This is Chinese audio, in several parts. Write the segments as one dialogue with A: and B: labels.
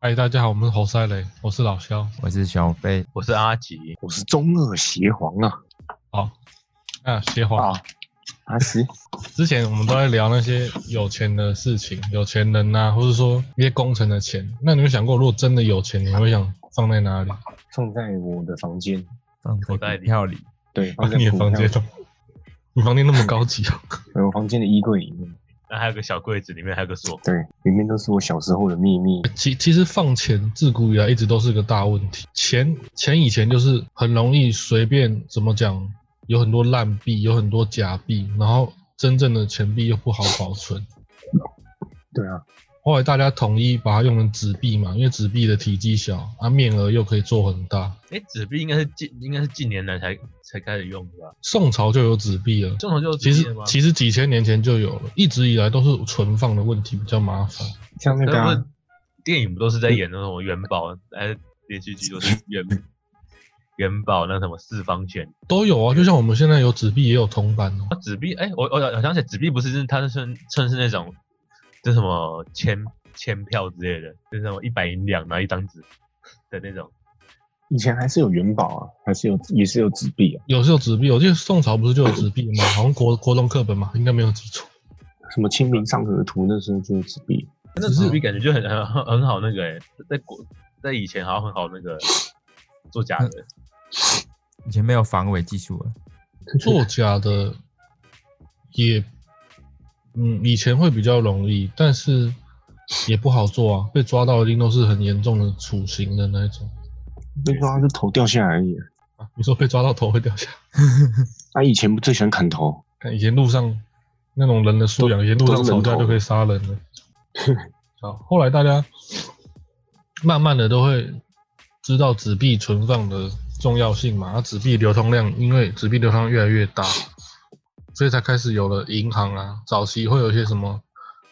A: 嗨，哎大家好，我们是侯赛雷，我是老肖。
B: 我是小飞，
C: 我是阿吉，
D: 我是中二邪皇啊！
A: 好，那邪皇，
D: 啊，阿西，
A: 之前我们都在聊那些有钱的事情，有钱人呐、或者说一些工程的钱。那你有想过，如果真的有钱，你会想放在哪里？
D: 放在我的房间，
B: 放
C: 口
B: 在
C: 袋
B: 股
C: 里
B: 票里，
D: 对，
A: 啊
D: 放在
A: 你的
D: 股
A: 房
D: 票
A: 间 哦，你房间那么高级啊？
D: 对我房间的衣柜里面，
C: 那还有个小柜子，里面还有个锁。
D: 对，里面都是我小时候的秘密。
A: 其其实放钱自古以来一直都是个大问题。钱钱以前就是很容易随便怎么讲，有很多烂币，有很多假币，然后真正的钱币又不好保存。
D: 对啊，
A: 后来大家统一把它用成纸币嘛，因为纸币的体积小，啊面额又可以做很大。
C: 哎，纸币应该是近应该是近年来才才开始用的吧？
A: 宋朝就有纸币了，
C: 正常就
A: 其
C: 是纸币
A: 实
C: 了吗？
A: 其实几千年前就有了，一直以来都是存放的问题比较麻烦。
D: 像那个
C: 但
D: 啊
C: 是电影不都是在演那种元宝，哎，连续剧都是 元元宝那什么四方拳。
A: 都有
C: 嗯
A: 啊，就像我们现在有纸币，也有铜板哦。
C: 啊，纸币，哎，我我我想起来，纸币不是它是算算是那种，就什么签签票之类的，就是那种一百银两拿一张纸的 那种。
D: 以前还是有元宝啊，还是有也是有纸币啊，
A: 有是有纸币，我记得宋朝不是就有纸 币吗？好像国国中课本嘛，应该没有记错。
D: 什么《清明上河图》那时候就有纸币，
C: 那纸币感觉就很很很很好那个、欸，在国在以前好像很好那个做假的。
B: 以前没有防伪技术了，
A: 作假的也，嗯，以前会比较容易，但是也不好做啊，被抓到一定都是很严重的处刑的那一种。
D: 被抓就头掉下来而已啊。
A: 啊，你说被抓到头会掉下来？
D: 啊，以前不最喜欢砍头，
A: 看以前路上那种人的素养，以前路上吵架就可以杀人了。好，后来大家慢慢的都会知道纸币存放的重要性嘛，啊，纸币流通量，因为纸币流通量越来越大，所以才开始有了银行啊，早期会有一些什么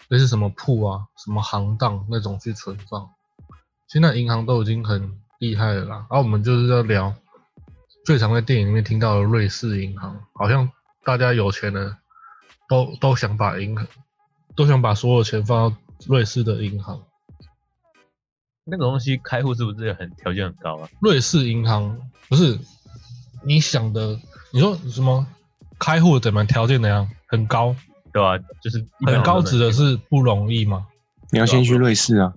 A: 类似什么铺啊、什么行当那种去存放。现在银行都已经很厉害了啦，啊而、我们就是要聊最常在电影里面听到的瑞士银行，好像大家有钱人都都想把银行都想把所有钱放到瑞士的银行。
C: 那个东西开户是不是很条件很高啊？
A: 瑞士银行不是你想的，你说什么开户怎么条件怎样很高？
C: 对啊，就是一般
A: 很
C: 人都
A: 高
C: 能
A: 指的
C: 进
A: 是不容易嘛？
D: 你要先去瑞士啊，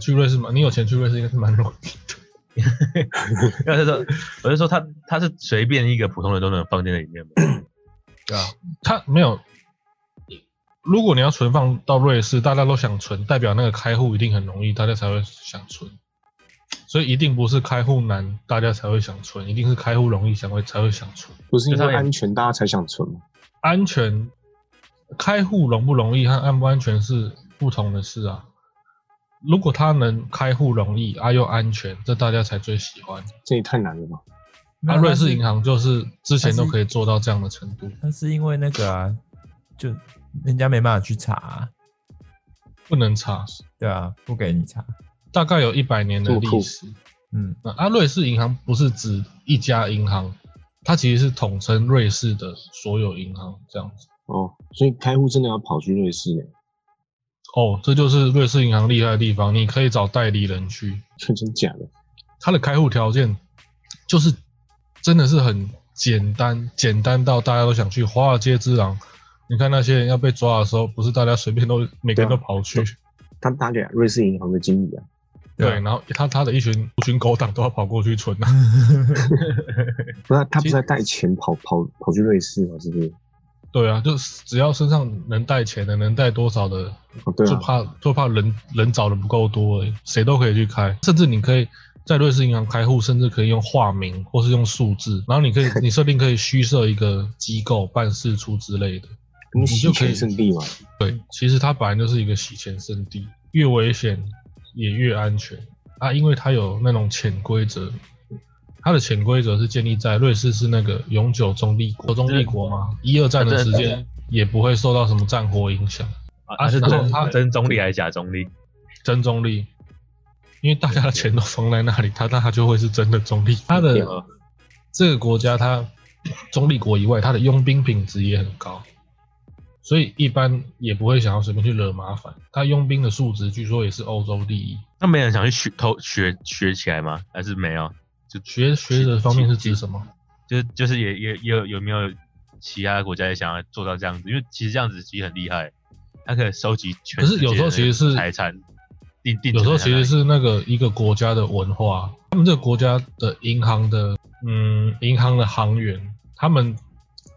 A: 去瑞士嘛，你有钱去瑞士应该是蛮容易的。
C: 没有，就是说，我是说他他是随便一个普通人都能放进里面嘛。
A: 对啊，他没有。如果你要存放到瑞士，大家都想存，代表那个开户一定很容易，大家才会想存。所以一定不是开户难，大家才会想存，一定是开户容易想会才会想存。
D: 不是因
C: 就他
D: 为
A: 啊
C: 也
D: 安全大家才想存吗？
A: 安全，开户容不容易和安不安全是不同的事啊。如果他能开户容易啊又安全，这大家才最喜欢。
D: 这也太难了吧？
A: 那、
B: 那
A: 瑞
B: 它
A: 士
B: 是
A: 银行就是之前
B: 它是
A: 都可以做到这样的程度，
B: 那是因为那个啊，就人家没办法去查啊、
A: 不能查，
B: 对啊，不给你查，
A: 大概有一百年的
D: 做
A: 历
D: 库
A: 史。
B: 嗯，
A: 那啊，瑞士银行不是指一家银行，它其实是统称瑞士的所有银行这样子。
D: 哦，所以开户真的要跑去瑞士、欸，
A: 哦，这就是瑞士银行厉害的地方，你可以找代理人去，
D: 这真假的？
A: 它的开户条件就是真的是很简单，简单到大家都想去。华尔街之狼，你看那些人要被抓的时候，不是大家随便都每个人都
D: 对啊
A: 跑去，
D: 他打给瑞士银行的经理啊，
A: 对，
B: 啊
A: 然后他他的一群一群狗党都要跑过去存啊。
D: 不是他不
A: 其
D: 是
A: 实
D: 在带钱跑跑跑去瑞士吗？是不是？
A: 对啊，就是只要身上能带钱的，能带多少的，
D: 哦，对
A: 就
D: 啊，
A: 怕就怕人人找的不够多而已，谁都可以去开，甚至你可以在瑞士银行开户，甚至可以用化名或是用数字，然后你可以你设定可以虚设一个机构办事处之类的。
D: 你们
A: 你就
D: 洗
A: 可以
D: 钱圣 地嘛，
A: 对，其实它本来就是一个洗钱圣地，越危险也越安全啊，因为它有那种潜规则。它的潜规则是建立在瑞士是那个永久中立国，中立国嘛，一二战的时间也不会受到什么战火影响。啊
C: 啊，是
A: 然后
C: 真
A: 他
C: 真中立还是假中立？
A: 真中立，因为大家的钱都放在那里，他那他就会是真的中立。他
D: 对
A: 的
D: 啊
A: 这个国家，它中立国以外，它的佣兵品质也很高，所以一般也不会想要随便去惹麻烦。他佣兵的数值据说也是欧洲第一。
C: 那没人想去学偷学学起来吗？还是没有？就
A: 学学的方面是指什么？
C: 就就是也也也有有没有其他国家也想要做到这样子？因为其实这样子其实很厉害，他可以收集全
A: 可
C: 世
A: 是
C: 界
A: 有时候
C: 的
A: 其实是
C: 财产，定定
A: 有时候其实
C: 是
A: 是那个一个国家的文化，他们这个国家的银行的，嗯，银行的行员，他们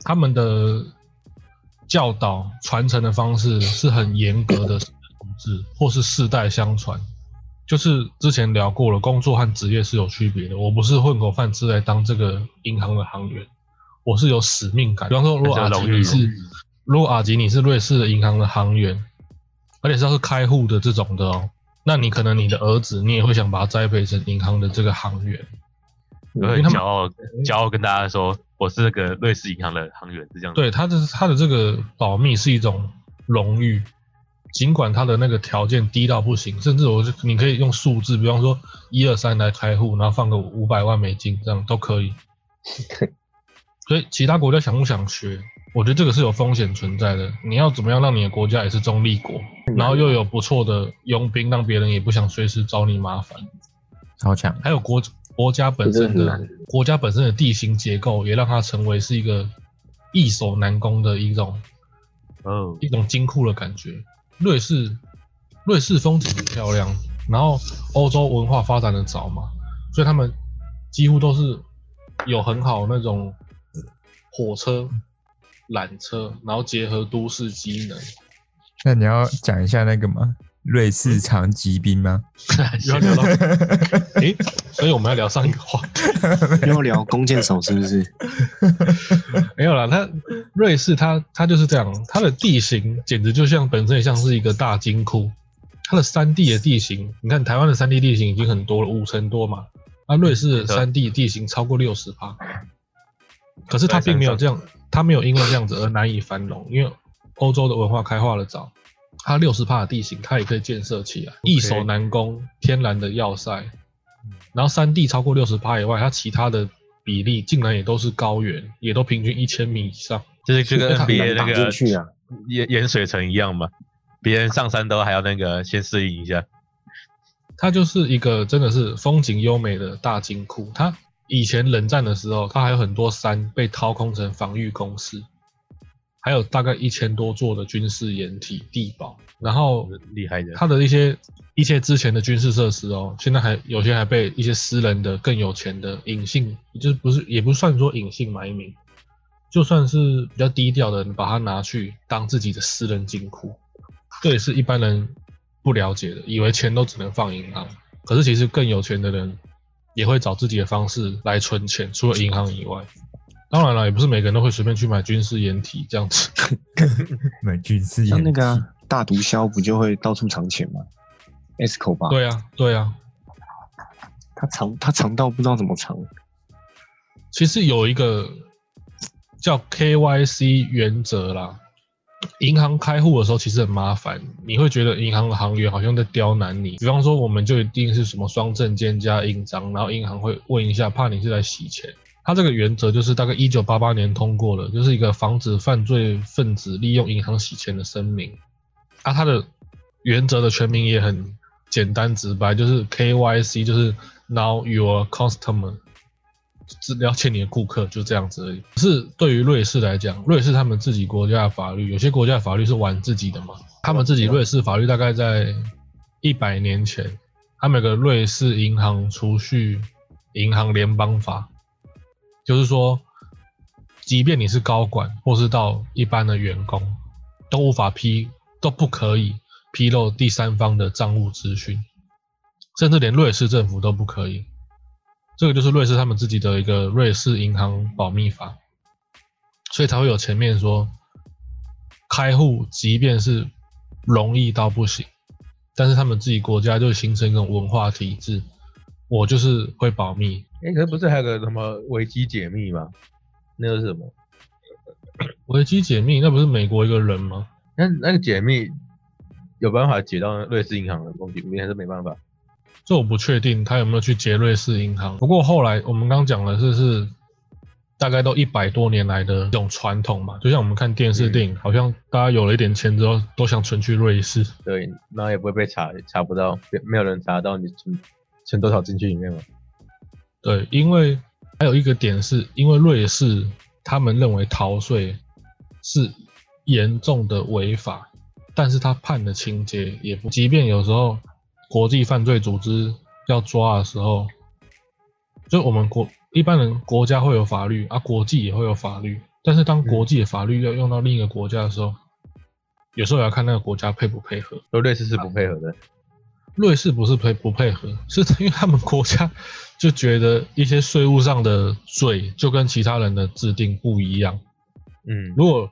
A: 他们的教导传承的方式是很严格的统治，或是世代相传。就是之前聊过了，工作和职业是有区别的。我不是混口饭吃来当这个银行的行员，我是有使命感。比方说，如果阿
C: 很有
A: 吉
C: 荣誉
A: 你是，如果阿吉你是瑞士的银行的行员，而且是要是开户的这种的哦，那你可能你的儿子，你也会想把他栽培成银行的这个行员。
C: 我
A: 因为
C: 很
A: 他们
C: 骄傲骄傲跟大家说，我是那个瑞士银行的行员，是这样子。
A: 对他的他的这个保密是一种荣誉，尽管他的那个条件低到不行，甚至我就你可以用数字，比方说一二三来开户，然后放个五百万美金，这样都可 以。所以其他国家想不想学，我觉得这个是有风险存在的。你要怎么样让你的国家也是中立国，然后又有不错的佣兵，让别人也不想随时找你麻烦。
B: 超强，
A: 还有国国家本身
D: 这个很
A: 的国家本身的地形结构，也让它成为是一个易守难攻的一种
C: 哦，
A: 一种金库的感觉。瑞士，瑞士风景很漂亮，然后欧洲文化发展的早嘛，所以他们几乎都是有很好那种火车、缆车，然后结合都市机能。
B: 那你要讲一下那个吗？瑞士长骑兵吗？
A: 要聊到，诶、所以我们要聊上一个话题
D: 要聊弓箭手是不 是？
A: 没有啦，它瑞士它它就是这样，它的地形简直就像本身也像是一个大金库。它的山地的地形，你看台湾的山地地形已经很多了，五成多嘛，啊，瑞士的山地地形超过六十趴，可是它并没有这样，它没有因为这样子而难以繁荣，因为欧洲的文化开化的早，它六十趴的地形它也可以建设起来，易守难攻，天然的要塞，然后山地超过六十趴以外，它其他的比例竟然也都是高原，也都平均一千米以上。
C: 就是就跟
A: 因为他
C: NBA
D: 很难
C: 那
D: 打
C: 个
D: 进去 啊
C: 盐盐水城一样嘛，别人上山都还要那个先适应一下。
A: 它就是一个真的是风景优美的大金库。它以前冷战的时候，它还有很多山被掏空成防御工事，还有大概一千多座的军事掩体地堡。然后
C: 厉害的
A: 它的一些一些之前的军事设施哦，现在还有些还被一些私人的更有钱的隐性，就是不是也不算说隐姓埋名，就算是比较低调的人，把它拿去当自己的私人金库，这也是一般人不了解的，以为钱都只能放银行，可是其实更有钱的人也会找自己的方式来存钱，除了银行以外。当然了，也不是每个人都会随便去买军事掩体这样子。
B: 美军是
D: 像
B: 演
D: 那个啊、大毒枭不就会到处藏钱吗？Esco 吧，
A: 对啊，对啊，
D: 他藏他藏到不知道怎么藏，
A: 其实有一个叫 KYC 原则啦。银行开户的时候其实很麻烦，你会觉得银行的行员好像在刁难你。比方说，我们就一定是什么双证件加印章，然后银行会问一下，怕你是来洗钱。它这个原则就是大概一九八八年通过了，就是一个防止犯罪分子利用银行洗钱的声明。啊，它的原则的全名也很简单直白，就是 KYC，就是 Now Your Customer，只了解你的顾客，就这样子而已。可是对于瑞士来讲，瑞士他们自己国家的法律，有些国家的法律是玩自己的嘛，他们自己瑞士法律大概在一百年前，他们有个瑞士银行储蓄银行联邦法，就是说，即便你是高管或是到一般的员工，都无法披都不可以披露第三方的账务资讯，甚至连瑞士政府都不可以。这个就是瑞士他们自己的一个瑞士银行保密法，所以才会有前面说，开户即便是容易到不行，但是他们自己国家就形成一种文化体制，我就是会保密，
C: 哎、可是不是还有个什么维基解密吗？那个是什么？
A: 维基解密那不是美国一个人吗？
C: 那那个解密有办法解到瑞士银行的问题，明显是没办法。
A: 这我不确定他有没有去劫瑞士银行。不过后来我们刚讲的是是大概都一百多年来的这种传统嘛，就像我们看电视电影，好像大家有了一点钱之后，都想存去瑞士。
C: 对，然后也不会被查，查不到，没没有人查到你存存多少进去里面嘛。
A: 对，因为还有一个点是，因为瑞士他们认为逃税是严重的违法，但是他判的情节也不，即便有时候国际犯罪组织要抓的时候，就我们国一般人国家会有法律啊，国际也会有法律，但是当国际的法律要用到另一个国家的时候，有时候也要看那个国家配不配合。
C: 而瑞士是不配合的，
A: 瑞士不是配不配合，是因为他们国家就觉得一些税务上的税就跟其他人的制定不一样。
C: 嗯，
A: 如果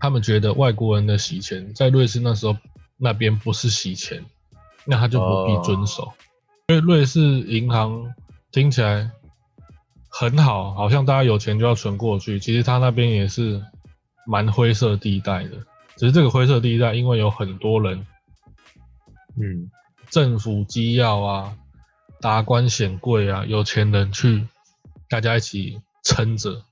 A: 他们觉得外国人的洗钱在瑞士那时候那边不是洗钱，那他就不必遵守。因为瑞士银行听起来很好，好像大家有钱就要存过去，其实他那边也是蛮灰色地带的。只是这个灰色地带，因为有很多人
C: 嗯，
A: 政府机要啊、达官显贵啊、有钱人去，大家一起撑着。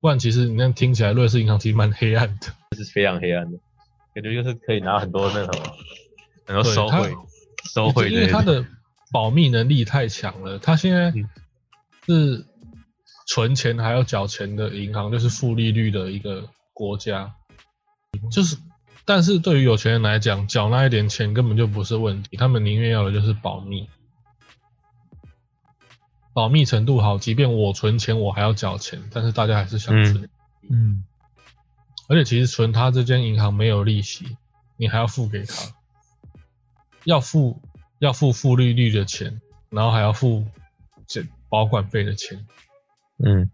A: 不然，其实你看听起来瑞士银行其实蛮黑暗的，
C: 这是非常黑暗的，感觉就是可以拿很多那什么，很多
A: 对
C: 收
A: 它
C: 贿、收贿
A: 欸因为
C: 之
A: 它
C: 类的。
A: 的保密能力太强了。它现在
C: 嗯
A: 是存钱还要缴钱的银行，就是负利率的一个国家，就是。但是对于有钱人来讲，缴那一点钱根本就不是问题，他们宁愿要的就是保密，保密程度好。即便我存钱，我还要缴钱，但是大家还是想存。
B: 嗯，
A: 而且其实存他这间银行没有利息，你还要付给他，要付要付负利率的钱，然后还要付这保管费的钱，
C: 嗯，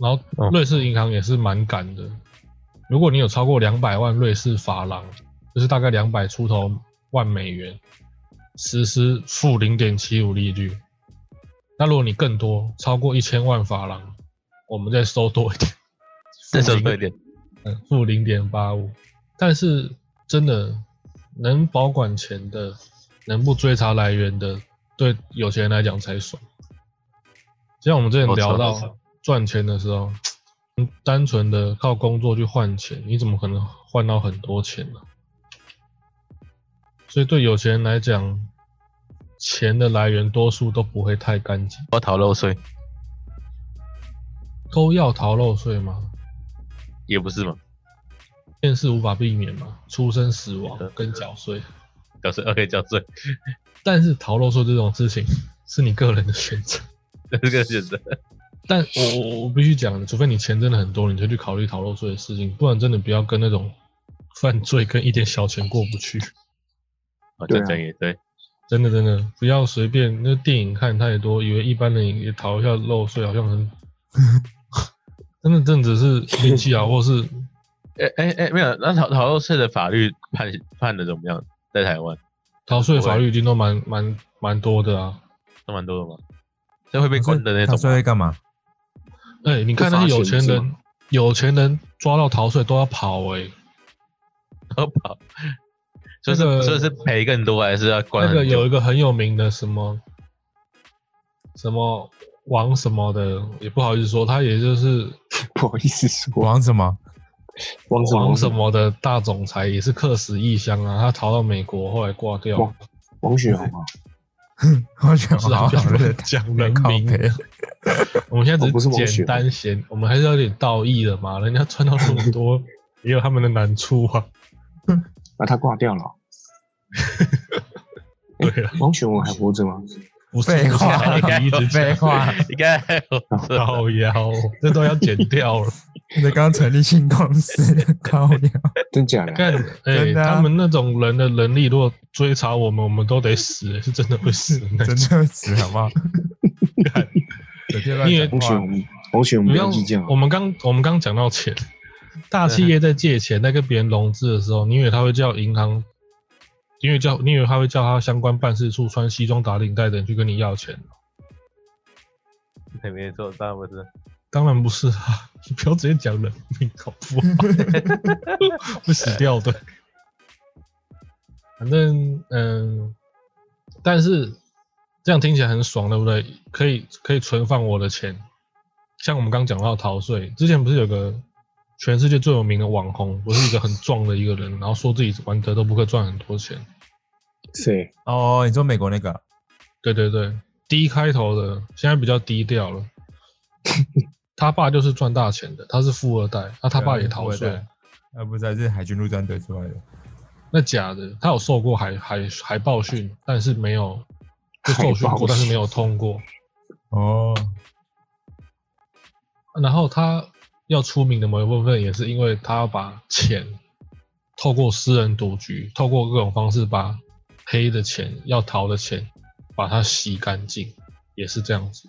A: 然后
C: 哦
A: 瑞士银行也是蛮赶的，如果你有超过两百万瑞士法郎，就是大概两百出头万美元，实施负零点七五利率。那如果你更多，超过一千万法郎，我们再收多一点，
C: 这收
A: 负
C: 税
A: 0.85
C: 点，
A: 嗯，负零点八五。但是真的能保管钱的，能不追查来源的，对有钱人来讲才爽。就像我们之前
C: 没
A: 聊
C: 错没
A: 到
C: 错
A: 赚钱的时候，嗯单纯的靠工作去换钱，你怎么可能换到很多钱呢、所以对有钱人来讲，钱的来源多数都不会太干净。
C: 我逃漏税
A: 偷要逃漏税吗？
C: 也不是嘛，
A: 便是无法避免嘛，出生、死亡
C: 是的
A: 跟缴税。
C: 缴税呃可以缴税，
A: 但是逃漏税这种事情是你个人的选择。
C: 这是个选择。
A: 但我我我必须讲，除非你钱真的很多，你就去考虑逃漏税的事情，不然真的不要跟那种犯罪跟一点小钱过不去。
C: 哦，这
D: 对啊
C: 样讲也对，
A: 真的真的不要随便，那电影看太多，以为一般人也逃一下漏税，好像 很，真的真的只是运 气啊，或是
C: 哎哎哎，没有，那逃逃漏税的法律判判的怎么样？在台湾
A: 逃税法律已经都蛮蛮蛮多的啊。
C: 都蛮多的嘛，这会被关的那
B: 他
C: 种
B: 说
C: 吗。
B: 会干嘛？
A: 哎、你看那些有钱
D: 不罚钱是
A: 人，有钱人抓到逃税都要跑哎、
C: 都跑。就是
A: 那个
C: 所以是赔更多，还是要关
A: 那个
C: 很
A: 有
C: 久
A: 一？个很有名的什么什么王什么的，也不好意思说，他也就是
D: 不好意思说，
B: 王什么？
D: 王什
A: 王
D: 么
A: 什么的大总裁，也是客死异乡啊。他逃到美国，后来挂掉。
D: 哇王雪红啊，
B: 我想
A: 是
B: 好
A: 啊
B: 好的
A: 讲人
B: 靠
A: 名
B: 北
A: 我们现在
D: 哦不
A: 只
D: 是
A: 是
D: 王雪
A: 简单闲，我们还是要有点道义的嘛。人家赚到那么多，也有他们的难处啊。
D: 啊，他挂掉了。
A: 对啊，
D: 王雪红还活着 吗？
A: 不是
B: 废话
A: 不是你一直
B: 废
A: 讲
B: 话，
C: 应该 还有
A: 靠腰，这都要剪掉了。
B: 你刚成立新公 司，高粱
D: 真假的？
A: 看， 哎、
B: 真的啊
A: 他们那种人的能力，如果追查我们，我们都得死、欸是真的会死 的那
B: 真
A: 种。
B: 的死好不 好？整天乱
A: 你也
B: 讲
D: 王雪
B: 话，
D: 红，王雪红
A: 不
D: 不
A: 要
D: 要计较啊，
A: 我们刚我们刚讲到 钱，大企业在借钱在跟别人融资的时候，你以为他会叫银行，因为叫你以为他会叫他相关办事处穿西装打领带的人去跟你要钱？
C: 还没做，当然不是。
A: 当然不是啊， 你不要直接讲人命，好不好？会死掉的。反正嗯，但是这样听起来很爽，对不对？可以可以存放我的钱，像我们刚讲到逃税，之前不是有个全世界最有名的网红，不是一个很壮的一个人，然后说自己玩德州扑克赚很多钱。
D: 谁？
B: 哦，你说美国那个啊
A: 对对对，低开头的，现在比较低调了。他爸就是赚大钱的，他是富二代，那、他爸也逃税，？
B: 对啊呃，不是啊，是海军陆战队之外的。
A: 那假的，他有受过海海海报训，但是没有就受训
D: 海
A: 过，
D: 豹
A: 但是没有通过。
B: 哦，
A: 然后他要出名的某一部分，也是因为他要把钱透过私人赌局，透过各种方式把黑的钱、要逃的钱，把它洗干净，也是这样子。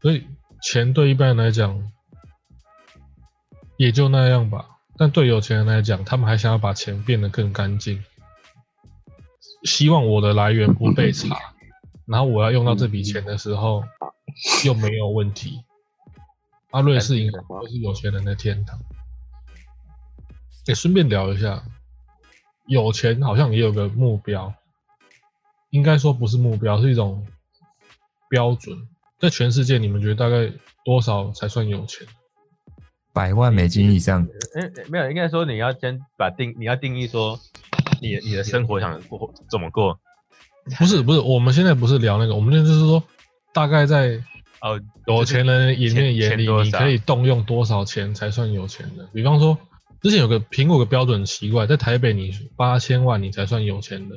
A: 所以钱对一般人来讲也就那样吧，但对有钱人来讲，他们还想要把钱变得更干净，希望我的来源不被查，然后我要用到这笔钱的时候又没有问题。阿瑞士银行就是有钱人的天堂。也顺便聊一下，有钱好像也有个目标，应该说不是目标，是一种标准。在全世界，你们觉得大概多少才算有钱？
B: 百万美金以上，
C: 嗯，嗯没有，应该说你要先把定，你要定义说你你的生活想过怎么过。
A: 不是不是，我们现在不是聊那个，我们现在就是说，大概在
C: 哦，
A: 有钱人眼面眼
C: 钱
A: 里，
C: 多
A: 你
C: 少
A: 可以动用多少钱才算有钱的？比方说，之前有个苹果有个标准很奇怪，在台北你八千万你才算有钱的，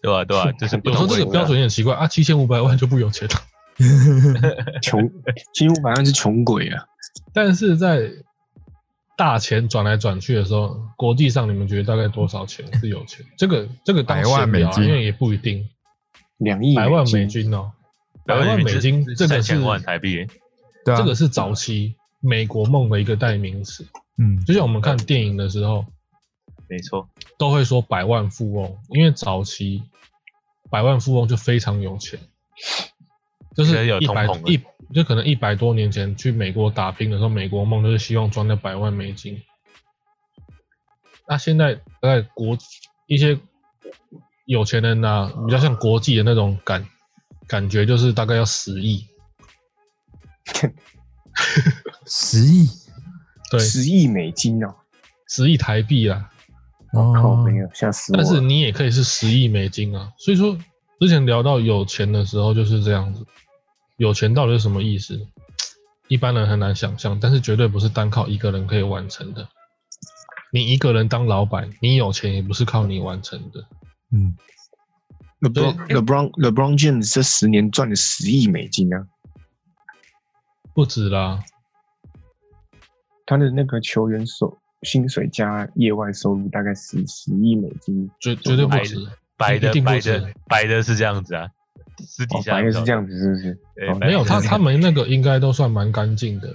C: 对吧、对吧、就是不
A: 有时候
C: 同
A: 这
C: 位
A: 个
C: 置啊
A: 标准也很奇怪啊，七千五百万就不有钱了。
D: 穷，几乎百分之穷鬼啊！
A: 但是在大钱转来转去的时候，国际上你们觉得大概多少钱是有钱？这个这个当
B: 百万
A: 闲聊啊
B: 美金
A: 因为也不一定，
D: 两亿
A: 百万美
D: 金，
A: 金哦，百
C: 啊百
A: 万
C: 万
A: 美金这
C: 三
A: 个是
C: 千万台币，
B: 对啊，
A: 这个是早期美国梦的一个代名词，
B: 嗯，
A: 就像我们看电影的时候
C: 没错，
A: 都会说百万富翁，因为早期百万富翁就非常有钱，就
C: 其
A: 是
C: 实有
A: 一百
C: 通膨的
A: 一就可能一百多年前去美国打拼的时候，美国梦就是希望赚那百万美金。那现在在国一些有钱人呐、比较像国际的那种感感觉，就是大概要十亿，
B: 十亿
A: 对，
D: 十亿美金哦！
A: 十亿台币啦。
B: 哦
D: 靠，啊没有吓死我了！
A: 哦但是你也可以是十亿美金啊。所以说，之前聊到有钱的时候就是这样子，有钱到底是什么意思？一般人很难想象，但是绝对不是单靠一个人可以完成的。你一个人当老板，你有钱也不是靠你完成的。
B: 嗯，
D: LeBron
A: 哎
D: LeBron LeBron James 这十年赚了十亿美金啊！
A: 不止啦，
D: 他的那个球员手薪水加业外收入大概是十亿美金，
A: 绝绝对不止，
C: 白的
A: 一定不
C: 白
A: 止
C: 的白的是这样子啊，私底
D: 哦，
C: 下
D: 反正
C: 不
D: 是这样子，是不是？
C: 对
D: 哦
C: 白
A: 没有
C: 的
A: 他
C: 是
A: 他们那个应该都算蛮干净的。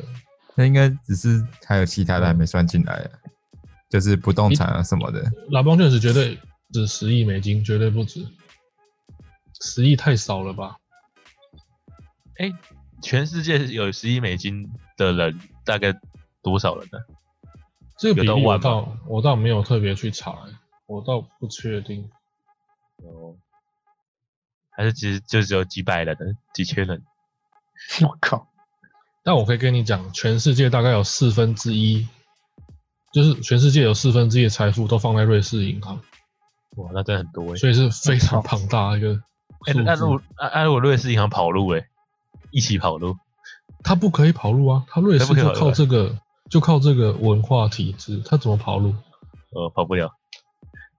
B: 那应该只是还有其他的还没算进来啊，就是不动产啊什么的。
A: 拉邦确实绝对不止十亿美金，绝对不止，十亿太少了吧？
C: 全世界有十亿美金的人大概多少人呢？
A: 这个比例
C: 有到
A: 我
C: 万吗
A: 倒我倒没有特别去查、欸我倒不确定。
C: 哦，还是其实就只有几百人、几千人？
D: 我靠，
A: 但我可以跟你讲，全世界大概有四分之一，就是全世界有四分之一的财富都放在瑞士银行，
C: 哇，那真的很多哎、
A: 所以是非常庞大的一个
C: 哎、
A: 数
C: 那如
A: 字。
C: 果那那如果瑞士银行跑路哎、一起跑路，
A: 他不可以跑路啊，他瑞士
C: 他不可以
A: 就
C: 跑路
A: 靠
C: 啊
A: 这个就靠这个文化体制，他怎么跑路？
C: 呃，跑不了。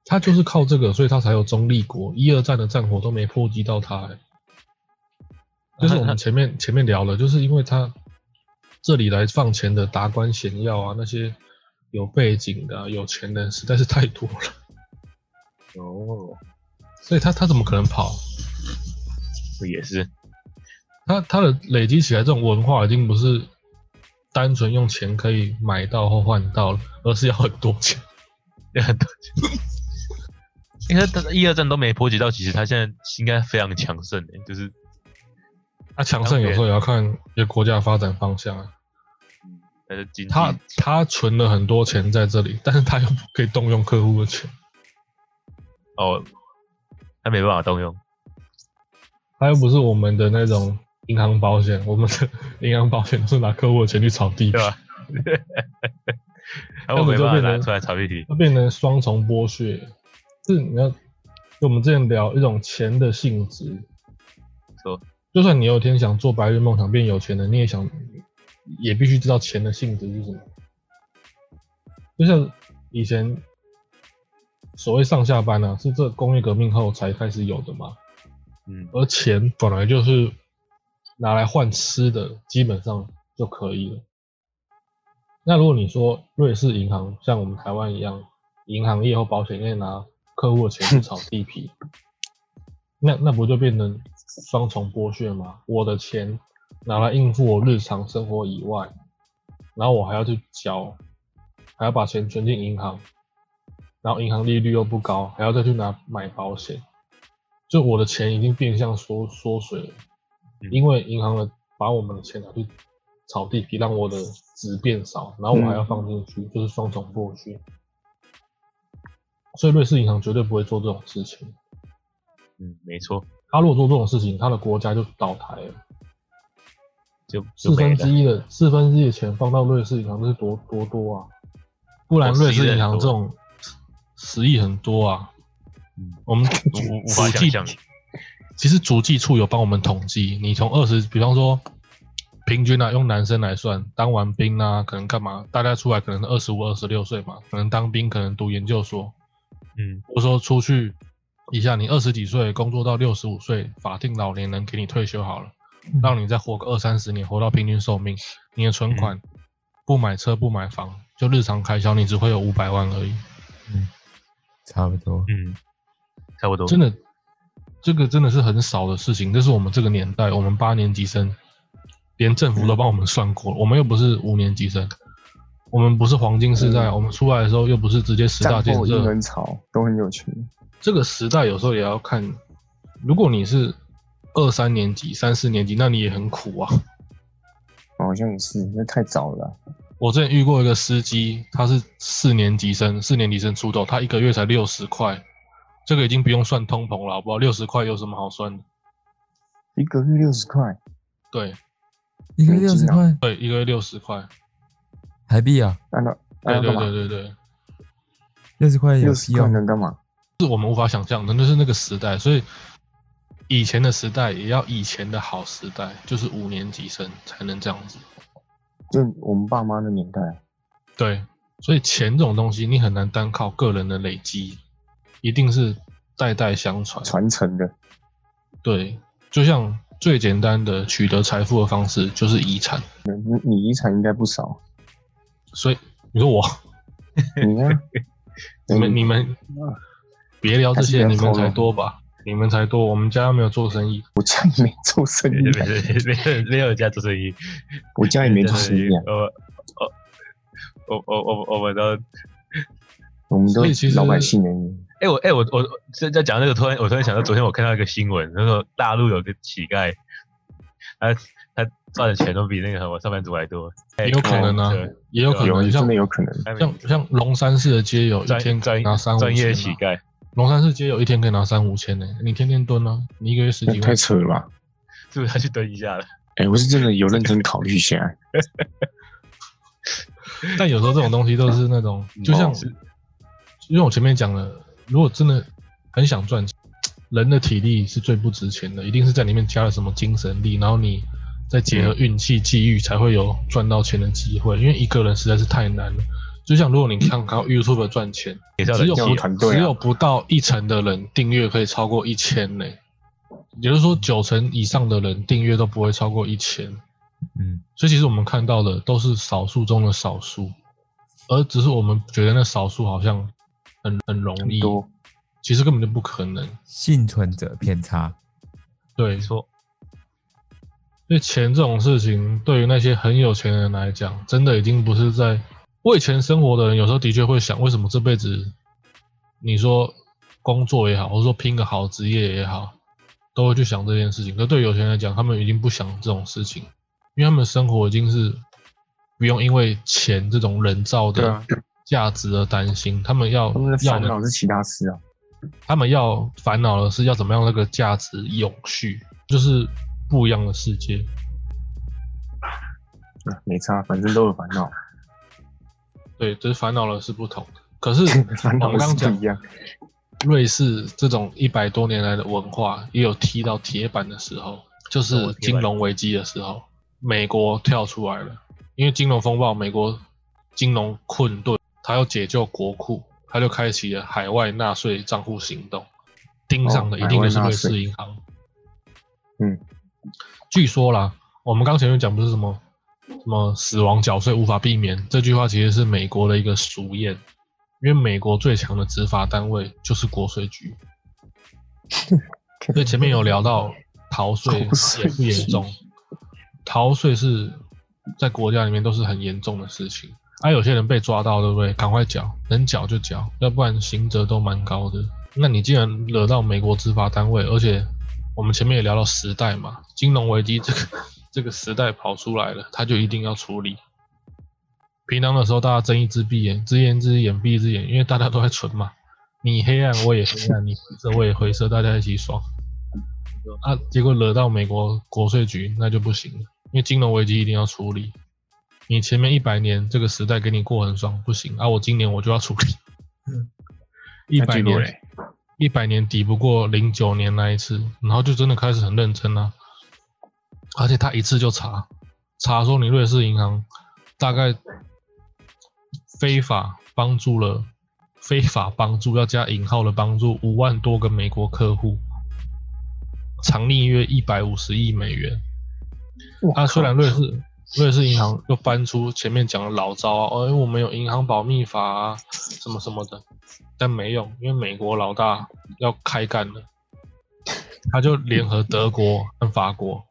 A: 他就是靠这个，所以他才有中立国。一二战的战火都没波及到他、欸，就是我们前面前面聊了，就是因为他这里来放钱的达官显要啊，那些有背景的啊、有钱人实在是太多了，
C: 哦，
A: 所以他他怎么可能跑？
C: 也是，
A: 他他的累积起来这种文化已经不是单纯用钱可以买到或换到了，而是要很多钱。
C: 很多钱。因为他一二战都没波及到，其实他现在应该非常强盛的、就是
A: 那啊强盛有时候也要看一个国家发展方向啊。
C: 他的呃经济
A: 他他存了很多钱在这里，但是他又不可以动用客户的钱，
C: 哦，他没办法动用，
A: 他又不是我们的那种银行保险，我们的 银行保险都是拿客户的钱去炒地皮
C: 对，吧？然后我没办法拿出来炒地皮，
A: 它变成双重剥削。是你要，就我们之前聊一种钱的性质，
C: 说
A: 就算你有一天想做白日梦，想变有钱人，你也想，也必须知道钱的性质是什么。就像以前所谓上下班啊，是这工业革命后才开始有的嘛。
C: 嗯，
A: 而钱本来就是拿来换吃的，基本上就可以了。那如果你说瑞士银行像我们台湾一样，银行业或保险业拿客户的钱去炒地皮， 那那不就变成双重剥削吗？我的钱拿来应付我日常生活以外，然后我还要去缴，还要把钱存进银行，然后银行利率又不高，还要再去拿买保险，就我的钱已经变相缩缩水了，
C: 嗯
A: 因为银行的把我们的钱拿去炒地皮，让我的值变少，然后我还要放进去，就是双重剥削。所以瑞士银行绝对不会做这种事情。
C: 嗯，没错，
A: 他如果做这种事情，他的国家就倒台了。
C: 就就
A: 四
C: 没
A: 分
C: 了
A: 之。一的四分之一的钱放到瑞士银行，这是多多多啊！不然
C: 哦
A: 瑞士
C: 十亿
A: 银行
C: 很多
A: 这种十亿很多啊。
C: 嗯
A: 我们
C: 无无
A: 主
C: 法
A: 计
C: 想象
A: 其实主计处有帮我们统计，你从二十，比方说平均啊，用男生来算，当完兵啊，可能干嘛？大家出来可能二十五、二十六岁嘛，可能当兵，可能读研究所，
C: 嗯，
A: 或者说出去一下，你二十几岁工作到六十五岁，法定老年人给你退休好了，
D: 嗯
A: 让你再活个二三十年，活到平均寿命，你的存
D: 嗯
A: 款、不买车不买房，就日常开销，你只会有五百万而已。
B: 差不多。
C: 嗯，差不多。
A: 真的，这个真的是很少的事情。这是我们这个年代，我们八年级生，连政府都帮我们算过了，我们又不是五年级生，我们不是黄金时代，
D: 嗯
A: 我们出来的时候又不是直接十大
D: 战
A: 建
D: 后
A: 设
D: 英。人潮都很有趣。
A: 这个时代有时候也要看，如果你是二三年级、三四年级，那你也很苦啊。
D: 哦好像也是，那太早了啊。
A: 我之前遇过一个司机，他是四年级生，四年级生出头，他一个月才六十块，这个已经不用算通膨了，好不好？六十块有什么好算的？
D: 一个月六十块，
A: 对
B: 一个
D: 美金
B: 六
D: 啊
B: 十块
A: 对，一个月六十块，
B: 台币啊，
D: 那那
A: 对
D: 那要
A: 对
D: 干
A: 对对
D: 嘛？
A: 对，
B: 六十块有
D: 六
B: 屁
D: 十块
B: 用？
D: 能干嘛？
A: 是我们无法想象的，那就是那个时代，所以以前的时代也要以前的好时代，就是五年级生才能这样子。
D: 就我们爸妈的年代啊，
A: 对，所以钱这种东西，你很难单靠个人的累积，一定是代代相传。
D: 传承的。
A: 对，就像最简单的取得财富的方式就是遗产，
D: 你你遗产应该不少，
A: 所以你说我、
D: 你啊呢？
A: 你们、 你们
D: 嗯
A: 别聊这些，
D: 还是不要
A: 你们
D: 透露
A: 才多吧？你们才多，我们家又没有做生意，
D: 我家也没做生
C: 没
D: 意啊，
C: 有没有没有人家做生意，
D: 我家也没做生意啊，
C: 呃，我我我我我们都，
D: 我们都
A: 所以其实
D: 老百姓而已。
C: 哎我哎我我在在讲那个，突然我突然想到，昨天我看到一个新闻，那个大陆有个乞丐，他他赚的钱都比那个什么上班族还多，
A: 也有可能啊，
C: 对
A: 也有可
D: 有
A: 能
D: 真
A: 像
D: 的有可能，
C: 他们
A: 像像龙山寺的街友一
C: 专
A: 天可以拿三
C: 专
A: 五千、啊，
C: 专业乞丐，
A: 龙山寺街友一天可以拿三五千呢、你天天蹲啊，你一个月十
D: 那
A: 几
D: 太
A: 万，
D: 扯了吧？
C: 是不是他去蹲一下了？
D: 哎，我是 真的有认真考虑一下，
A: 但有时候这种东西都是那 种，
C: 嗯
A: 就像
C: 是
A: 因为我前面讲了，如果真的很想赚钱，人的体力是最不值钱的，一定是在里面加了什么精神力，然后你再结
C: 嗯
A: 合运气、际遇，才会有赚到钱的机会。因为一个人实在是太难了。就像如果你看靠 YouTube 赚钱，
C: 也是要
A: 只有
C: 人
D: 要
A: 不
D: 有
C: 气，
D: 团队
A: 只
D: 啊
A: 有不到一成的人订阅可以超过一千呢，也就是说九成以上的人订阅都不会超过一千。
B: 嗯，
A: 所以其实我们看到的都是少数中的少数，而只是我们觉得那少数好像很很容易，
D: 多
A: 其实根本就不可能。
B: 幸存者偏差，
A: 对，
C: 没
A: 所
C: 错，
A: 以钱这种事情对于那些很有钱的人来讲，真的已经不是在为钱生活的人，有时候的确会想，为什么这辈子你说工作也好，或者说拼个好职业也好，都会去想这件事情。可对有钱人来讲，他们已经不想这种事情，因为他们生活已经是不用因为钱这种人造
D: 对
A: 的
D: 啊
A: 价值而担心，他们要
D: 他们的
A: 哦要
D: 烦恼是其他事啊。
A: 他们要烦恼的是要怎么样那个价值永续，就是不一样的世界。
D: 啊，没差，反正都有烦 恼，
A: 对，只是烦恼的是不同的。可是
D: 烦
A: 我
D: 恼
A: 们刚
D: 是
A: 讲
D: 不一样。
A: 瑞士这种一百多年来的文化，也有踢到铁板的时候，就是金融危机的时候，美国跳出来了，因为金融风暴，美国金融困顿，他要解救国库，他就开启了海外纳税账户行动，盯上的
D: 哦
A: 一定就是
D: 海外纳
A: 瑞
D: 税
A: 士银行。
D: 嗯，
A: 据说啦，我们刚前面讲不是什么什么死亡缴税无法避免这句话，其实是美国的一个俗谚，因为美国最强的执法单位就是国税 局，所以前面有聊到逃税
D: 国税
A: 严不严重
D: 局，
A: 逃税是在国家里面都是很严重的事情，啊，有些人被抓到，对不对？赶快缴，能缴就缴，要不然刑责都蛮高的。那你既然惹到美国执法单位，而且我们前面也聊到时代嘛，金融危机这个 这个时代跑出来了，他就一定要处理。平常的时候，大家睁一只闭眼，只眼只眼闭一只眼，因为大家都在存嘛，你黑暗我也黑暗，你灰色我也灰色，大家一起爽。啊，结果惹到美国国税局，那就不行了，因为金融危机一定要处理。你前面一百年这个时代给你过很爽，不行啊！我今年我就要处理。一
D: 那
A: 百
D: 结果
A: 年
D: 嘞，
A: 一百年抵不过零九年那一次，然后就真的开始很认真啦、而且他一次就查，查说你瑞士银行大概非法帮助了，非法帮助要加引号的帮助五万多个美国客户，常利约一百五十亿美元。
D: 哇
A: 啊，虽然
D: 靠
A: 瑞士瑞士银行又翻出前面讲的老招啊，哦，因为我们有银行保密法啊，什么什么的，但没用，因为美国老大要开干了，他就联合德国跟法国，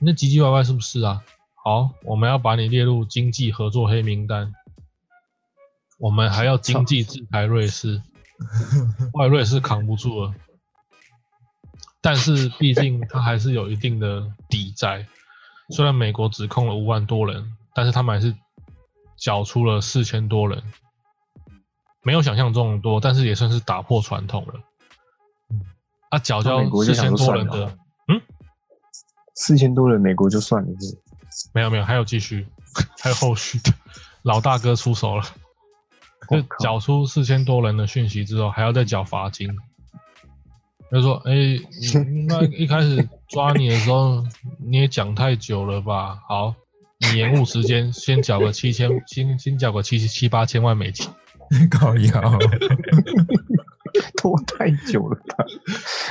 A: 那唧唧歪歪是不是啊？好，我们要把你列入经济合作黑名单，我们还要经济制裁瑞士，后来瑞士扛不住了，但是毕竟它还是有一定的底债。虽然美国指控了五万多人，但是他们还是缴出了四千多人，没有想象中的多，但是也算是打破传统了。啊，缴
D: 那
A: 交
D: 美国就
A: 四千
D: 想说
A: 多
D: 算
A: 人
D: 了啊
A: 的，
D: 四千多人，美国就算了，是
A: 没有没有，还有继续， 还有后续的，老大哥出手了，
D: 我
A: 就
D: 靠
A: 缴出四千多人的讯息之后，还要再缴罚金。他说：“ 哎、你那一开始抓你的时候，你也讲太久了吧？好，你延误时间，先缴个七千，先先缴个七七八千万美金。
B: 搞摇，
D: 拖太久了吧？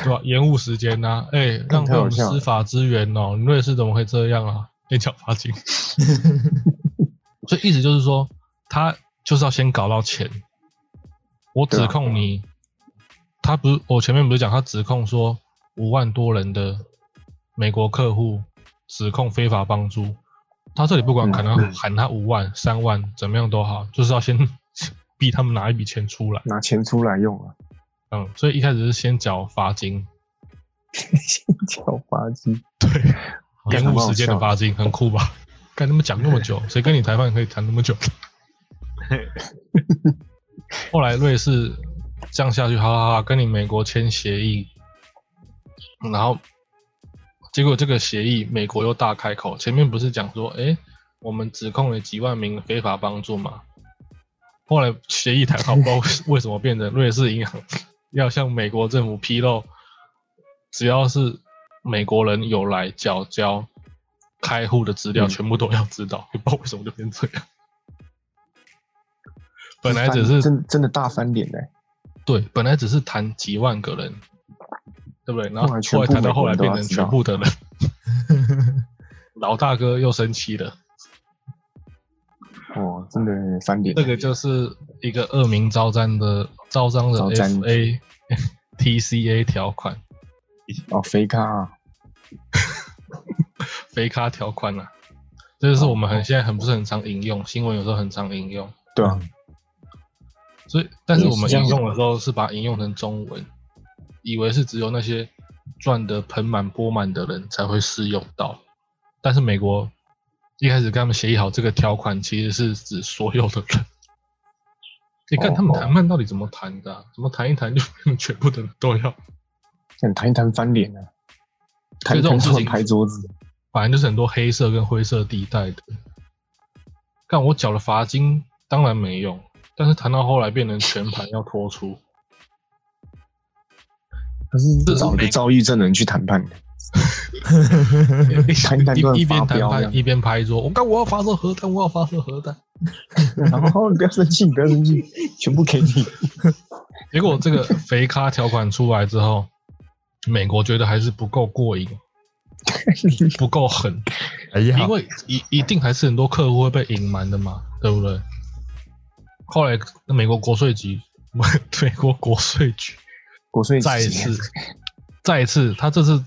A: 对吧？延误时间呐、哎、浪费我们司法资源哦、你瑞士怎么会这样啊？被缴罚 金。所以意思就是说，他就是要先搞到钱。我
D: 啊
A: 指控你，他不是我前面不是讲他指控说五万多人的美国客户指控非法帮助，他这里不管
D: 嗯
A: 可能喊他五万、三万怎么样都好，就是要先 逼他们拿一笔钱出来。
D: 拿钱出来用啊，
A: 嗯，所以一开始是先缴罚金，
D: 先缴罚金。干
A: 延误时间的罚金，很酷吧？ 干他们讲那么久，谁跟你谈判可以谈那么久？后来瑞士这样下去，哈哈哈，跟你美国签协议，然后结果这个协议美国又大开口，前面不是讲说，诶，我们指控了几万名非法帮助嘛？后来协议谈好，不知道为为什么变成瑞士银行要向美国政府披露，只要是美国人有来缴交开户的资料，
D: 嗯
A: 全部都要知道，也不知道为什么就变这样。本来只
D: 翻
A: 是
D: 真真的大翻脸嘞、
A: 对，本来只是谈几万个人，对不对？然后
D: 后来全
A: 后来
D: 部
A: 谈到
D: 美国
A: 后来
D: 人都
A: 变
D: 要
A: 成
D: 知
A: 全
D: 道
A: 部的人， 老大哥又生气了。
D: 哦，真的翻脸。
A: 这个就是一个恶名昭彰的昭彰的
D: 昭彰
A: F A T C A 条款，
D: 哦，肥咖、啊，
A: 肥咖条款啊，这就是我们很现在很不是很常引用，新闻有时候很常引用，
D: 对啊，
A: 所以但是我
D: 也
A: 们
D: 是这样
A: 引
D: 子
A: 用的时候是把它引用成中文，以为是只有那些赚得盆满钵满的人才会适用到，但是美国一开始跟他们协议好这个条款其实是指所有的人。你看
D: 哦
A: 他们
D: 哦
A: 谈判到底怎么谈的啊、怎么谈一谈就全部的人都要
D: 想谈一谈翻脸啊，
A: 所以这种事情
D: 拍桌子，
A: 反正就是很多黑色跟灰色地带的。但我缴了罚金，当然没用，但是谈到后来变成全盘要拖出，
D: 他是找一个遭遇证人去谈判的， 谈判
A: 一
D: 断
A: 一边
D: 发
A: 谈
D: 飙这样
A: 判一边拍桌，我刚我要发射核弹，我要发射核弹。
D: 然后 你不要生气，你不要生气，全部给你。
A: 结果这 个肥咖条款出来之后，美国觉得还是不够过瘾，不够狠，
B: 哎
D: 啊
B: 呀
A: 因，为一一定还是很多客户会被隐瞒的嘛，对不对？后来美国国税局， 美国国税局
D: 国税局
A: 再一次，再一次，他这次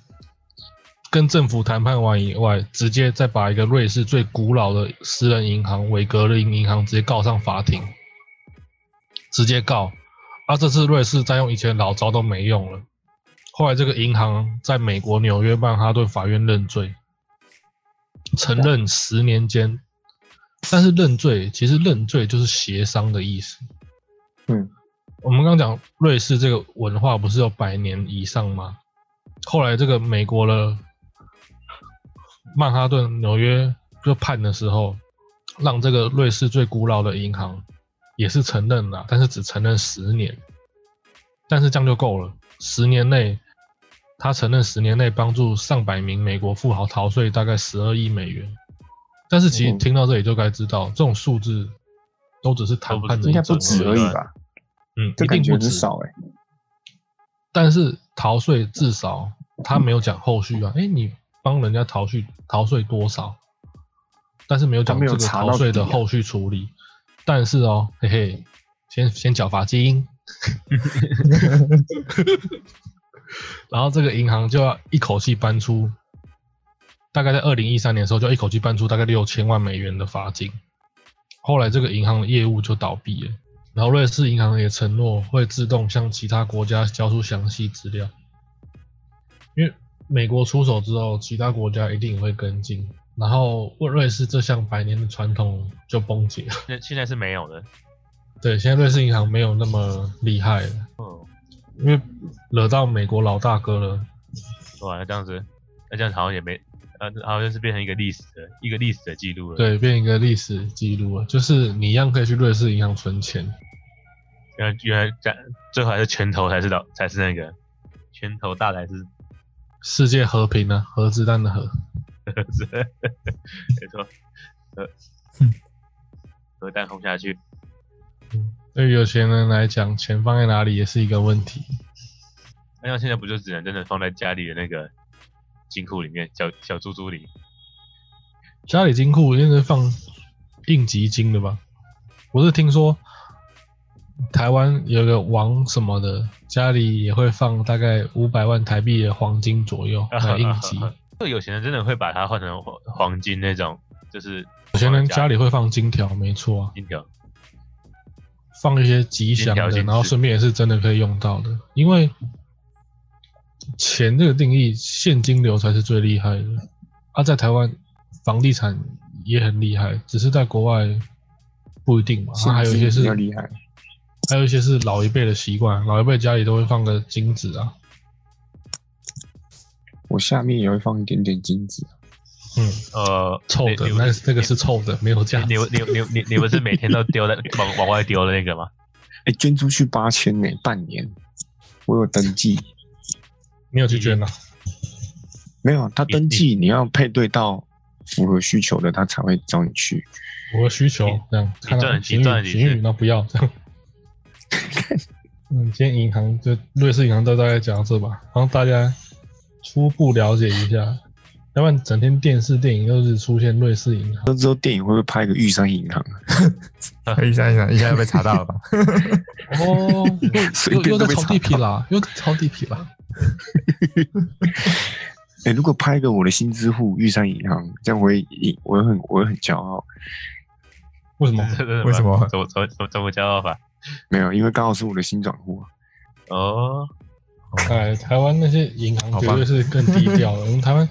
A: 跟政府谈判完以外，直接再把一个瑞士最古老的私人银行维格林银行直接告上法庭，直接告。啊，这次瑞士再用以前的老招都没用了。后来这个银行在美国纽约曼哈顿法院认罪，承认十年监。但是认罪其实认罪就是协商的意思。
D: 嗯，
A: 我们刚刚讲瑞士这个文化不是有百年以上吗？后来这个美国的曼哈顿、纽约就判的时候，让这个瑞士最古老的银行也是承认了，但是只承认十年，但是这样就够了。十年内，他承认十年内帮助上百名美国富豪逃税大概十二亿美元。但是其实
D: 嗯
A: 听到这里就该知道，这种数字都只是谈判的
D: 应
A: 一
D: 该
A: 种
D: 不止而已吧？
A: 嗯，
D: 这
A: 一
D: 感
A: 定
D: 觉
A: 不止。
D: 很少哎、
A: 但是逃税至少他没有讲后续
D: 嗯
A: 啊，哎、你帮人家逃税逃税多少？但是没有讲
D: 他没有
A: 这个
D: 查
A: 逃
D: 到
A: 税的
D: 底啊啊
A: 后续处理。但是哦，嘿嘿，先先缴罚 金，然后这个银行就要一口气搬出，大概在二零一三年的时候就一口气搬出大概六千万美元的罚金。后来这个银行的业务就倒闭了，然后瑞士银行也承诺会自动向其他国家交出详细资料，因为美国出手之后，其他国家一定会跟进，然后瑞士这项百年的传统就崩解了。
C: 那现在是没有的，
A: 对，现在瑞士银行没有那么厉害了，
C: 嗯，
A: 因为惹到美国老大哥了。
C: 哇，那这样子，那这样子好像也没，呃，好像是变成一个历史的一个历史的记录了。，
A: 对，变一个历史记录了，就是你一样可以去瑞士银行存钱。
C: 原来原来在最后还是拳头才是老才是那个拳头大才是
A: 世界和平啊，核子弹的核，
C: 是， 没错， 核
B: 哼
C: 核弹轰下去，
A: 对于有钱人来讲，钱放在哪里也是一个问题。
C: 那像现在不就只能真的放在家里的那个金库里面，小小猪猪里，
A: 家里金库应该是放应急金的吧？我是听说台湾有个王什么的，家里也会放大概五百万台币的黄金左 右来应急。
C: 这个有钱人真的会把它换成黄黄金那种，就是
A: 有些人家
C: 里
A: 里会放金条，没错啊，
C: 金条，
A: 放一些吉祥
C: 金条
A: 的，
C: 金饰
A: 然后顺便也是真的可以用到的。因为钱这个定义，现金流才是最厉害的。啊，在台湾房地产也很厉害，只是在国外不一定嘛，啊它还有一些
D: 啊现金
A: 是
D: 比较厉害，
A: 还有一些是老一辈的习惯，老一辈家里都会放个金子啊，
D: 我下面也会放一点点金子，
A: 嗯，
C: 呃，
A: 臭
C: 你
A: 的，
C: 你
A: 那
C: 不
A: 那个是臭的，没有价值
C: 你。你你你你不是每天都丢在往往外丢的那个吗？
D: 哎、捐出去八千呢，半年，我有登记，
A: 你有去捐啊？
D: 没有他登 记，你要配对到符合需求的，他才会找你去。
A: 我的需求
C: 你
A: 这样，看到
C: 赚了
A: 情
C: 你赚了
A: 侣
C: 几
A: 情侣
C: 次
A: 那不要这 样。嗯，今天银行就瑞士银行都大概讲到这吧，然后大家初步了解一下，要不然整天电视电影都是出现瑞士银行，
D: 那之后电影会不会拍一个玉山银行啊？
B: 一下一下一下就被查到了吧？
A: 哦，
D: 随
A: 又又
D: 便
A: 又在
D: 都被
A: 抄
D: 查
A: 地皮
D: 到。
A: 啦，又在抄地皮啦。
D: 哎、如果拍一个我的新支户玉山银行，这样我会赢，我会很我会很骄傲。
A: 为什 么？
B: 为什么
C: 怎么怎么怎么怎么骄傲法？
D: 没有，因为刚好是我的新转户啊。
C: 哦，
A: 哎，台湾那些银行
B: 好
A: 绝
B: 吧
A: 对是更低调的。我们台湾，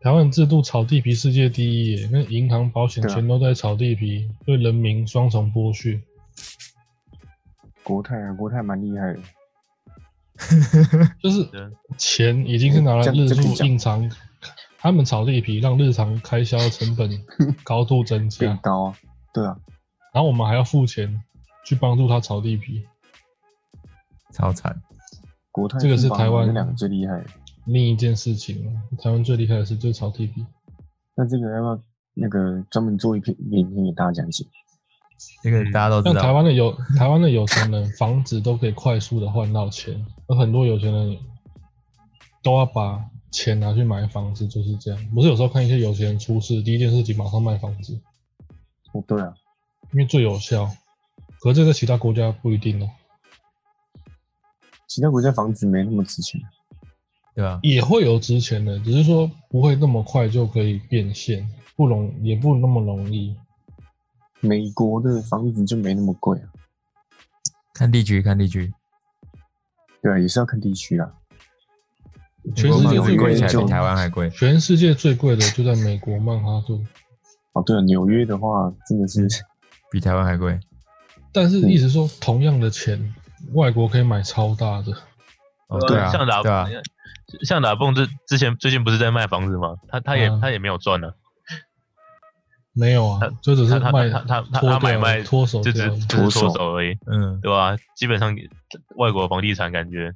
A: 台湾制度炒地皮世界第一耶，那银行、保险
D: 对啊
A: 全都在炒地皮，对人民双重剥削。
D: 国泰啊，国泰蛮厉害的。
A: 就是
C: 对
A: 钱已经是拿来
D: 这样
A: 日
D: 这可以
A: 入
D: 讲
A: 印常，他们炒地皮让日常开销成本 高度增加，
D: 变高啊，对啊，
A: 然后我们还要付钱去帮助他炒地皮。
B: 超惨。
D: 国泰
A: 这个是
D: 富邦
A: 台湾
D: 这两个最厉害的。
A: 另一件事情，台湾最厉害的事就是炒地皮。
D: 那这个要不要
C: 嗯
D: 那个专门做一篇影片给大家讲解？
B: 这个大家都
A: 嗯像
B: 知
A: 台
B: 道，
A: 湾的有台湾的有钱人，房子都可以快速的换到钱，而很多有钱人都要把钱拿去买房子，就是这样。不是有时候看一些有钱人出事，第一件事情马上卖房子，
D: 哦，对啊，
A: 因为最有效。可是这个其他国家不一定哦，
D: 其他国家房子没那么值钱，
B: 对啊吧？
A: 也会有值钱的，只是说不会那么快就可以变现，不容也不那么容易。
D: 美国的房子就没那么贵啊。
B: 看地区，看地区，
D: 对啊，也是要看地区啊。
A: 全
B: 美
A: 世界
B: 国房
A: 最
B: 子贵
A: 贵
B: 起来比台
A: 的，
B: 湾还贵，
A: 全世界最贵的就在美国曼哈顿。
D: 哦，对啊，纽约的话 真的是，
B: 比台湾还贵。
A: 但是意思说，同样的钱，外国可以买超大的，
B: 哦，对啊，
C: 像打
B: 对啊，
C: 像打蹦之之前最近不是在卖房子吗？他他也
A: 嗯
C: 他也没有赚呢，
A: 没有啊
C: 他，
A: 就只是
C: 他
A: 卖
C: 他他他
A: 脱
C: 他买
A: 掉
C: 卖
A: 脱手
C: 就
A: 掉
C: 只
A: 了，
C: 只是
D: 脱手
C: 脱手而已，
B: 嗯，
C: 对吧？基本上外国房地产感觉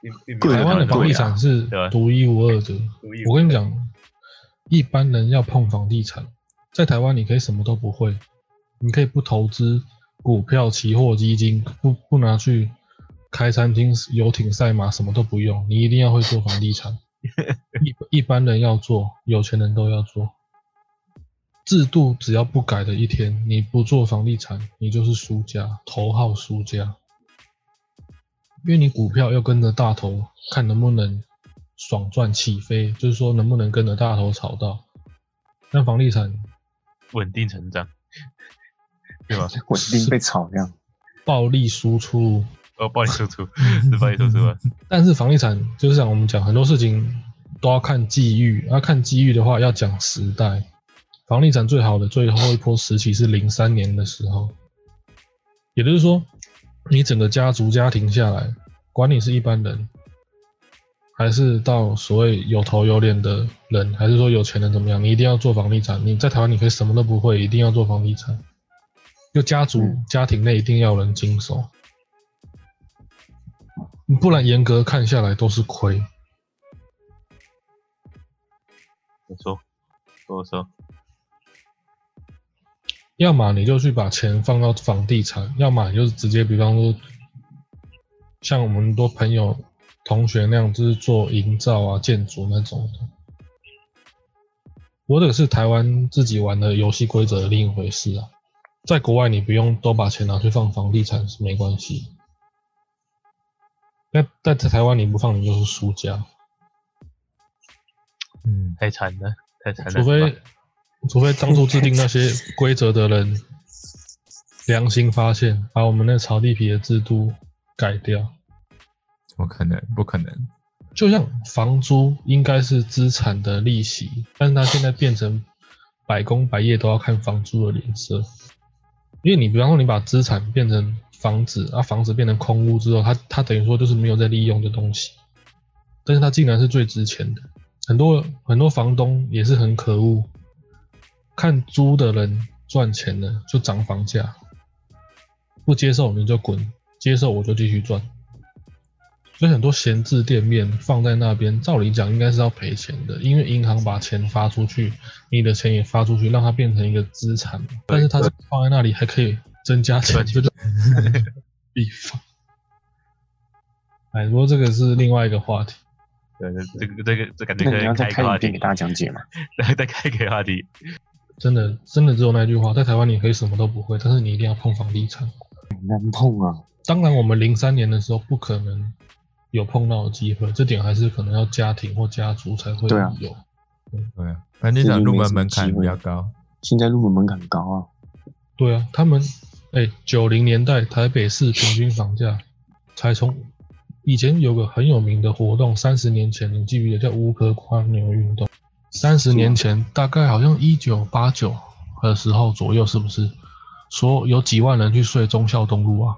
C: 并并没
A: 台
C: 有啊
D: 贵
A: 湾的
C: 很
A: 房
C: 贵
A: 地
C: 啊
A: 产是
C: 对吧
A: 独一无二的。
C: 独一无
A: 我
C: 二
A: 跟你讲，一般人要碰房地产，在台湾你可以什么都不会，你可以不投资股票、期货、基金，不不拿去开餐厅、游艇、赛马，什么都不用，你一定要会做房地 产。一一般人要做，有钱人都要做。制度只要不改的一天，你不做房地产，你就是输家，头号输家。因为你股票要跟着大头，看能不能爽赚起飞，就是说能不能跟着大头炒到。但房地产
C: 稳定成长，对吧？
D: 稳定被炒这样。
A: 暴力输出，
C: 哦，暴力输出是暴力输出啊，
A: 但是房地产就是像我们讲很多事情都要看机遇，要看机遇的话要讲时代。房地产最好的最后一波时期是零三年的时候，也就是说，你整个家族家庭下来，管你是一般人，还是到所谓有头有脸的人，还是说有钱人怎么样，你一定要做房地产。你在台湾你可以什么都不会，一定要做房地产。就家族、
D: 嗯
A: 家庭内一定要有人经手，不然严格看下来都是亏。
C: 我说我说，
A: 要么你就去把钱放到房地产，要么你就是直接，比方说，像我们很多朋友、同学那样，就是做营造啊、建筑那种的。我这个是台湾自己玩的游戏规则的另一回事啊，在国外你不用都把钱拿去放房地产是没关系。那但在台湾你不放，你就是输家，
B: 嗯，
C: 太惨了，太惨了，
A: 除非除非当初制定那些规则的人良心发现，把我们那炒地皮的制度改掉。
B: 怎么可能？不可能。
A: 就像房租应该是资产的利息，但是它现在变成百工百业都要看房租的脸色，因为你比方说你把资产变成房子，啊房子变成空屋之后，它它等于说就是没有在利用的东西，但是它竟然是最值钱的，很多很多房东也是很可恶，看租的人赚钱了就涨房价，不接受你就滚，接受我就继续赚。所以很多闲置店面放在那边，照理讲应该是要赔钱的，因为银行把钱发出去，你的钱也发出去，让它变成一个资产嘛。但是它是放在那里还可以增加钱，这就地方。哎，不过这个是另外一个话题。
C: 对这这个这个这感觉
D: 那
C: 可
D: 你要
C: 以
D: 再
C: 开一
D: 开
C: 个话
D: 影
C: 题
D: 片给，大家讲解嘛？
C: 再再开一个话题，
A: 真的，真的只有那句话，在台湾你可以什么都不会，但是你一定要碰房地产。
D: 很难碰啊，
A: 当然，我们零三年的时候不可能有碰到的机会，这点还是可能要家庭或家族才会
D: 对啊
A: 有。
B: 对啊，房地产入门门槛比较高。
D: 现在入门门槛高啊，
A: 对啊，他们哎，九零年代台北市平均房价才从以前有个很有名的活动，三十年前你记不记得叫乌壳瓜牛运动？三十年前大概好像一九八九的时候左右，是不是？说有几万人去睡忠孝东路啊？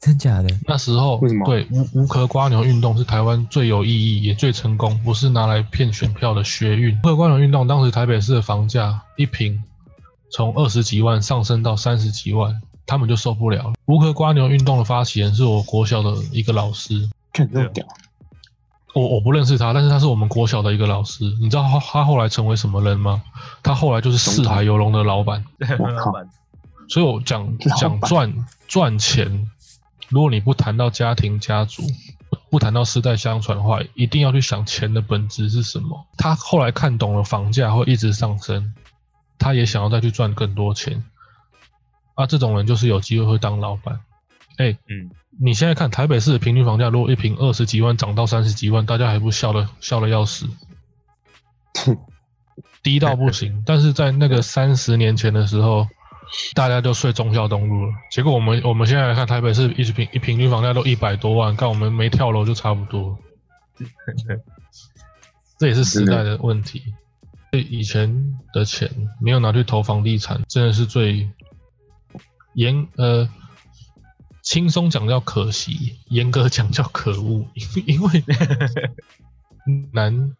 B: 真 假的？
A: 那时候
D: 为什么
A: 对无无壳瓜牛运动是台湾最有意义也最成功，不是拿来骗选票的学运。无壳瓜牛运动当时台北市的房价一平从二十几万上升到三十几万，他们就受不了了。无壳瓜牛运动的发起人是我国小的一个老师，
D: 看这么
C: 啊
D: 屌，
A: 我我不认识他，但是他是我们国小的一个老师。你知道他他后来成为什么人吗？他后来就是四海游龙的老板。
D: 我
C: 老
D: 靠
C: 板
A: 所以我讲
D: 老板
A: 讲赚赚钱，如果你不谈到家庭家族，不不谈到世代相传的话，一定要去想钱的本质是什么。他后来看懂了房价会一直上升，他也想要再去赚更多钱。啊，这种人就是有机会会当老板。哎、
C: 嗯，
A: 你现在看台北市的平均房价，如果一平二十几万涨到三十几万，大家还不笑的笑的要死，低到不行。但是在那个三十年前的时候，大家就睡忠孝东路了。结果我们我们现在来看台北市一平一平均房价都一百多万，干我们没跳楼就差不多。这也是时代的问题。所以以前的钱没有拿去投房地产，真的是最严呃，轻松讲叫可惜，严格讲叫可恶， 因为难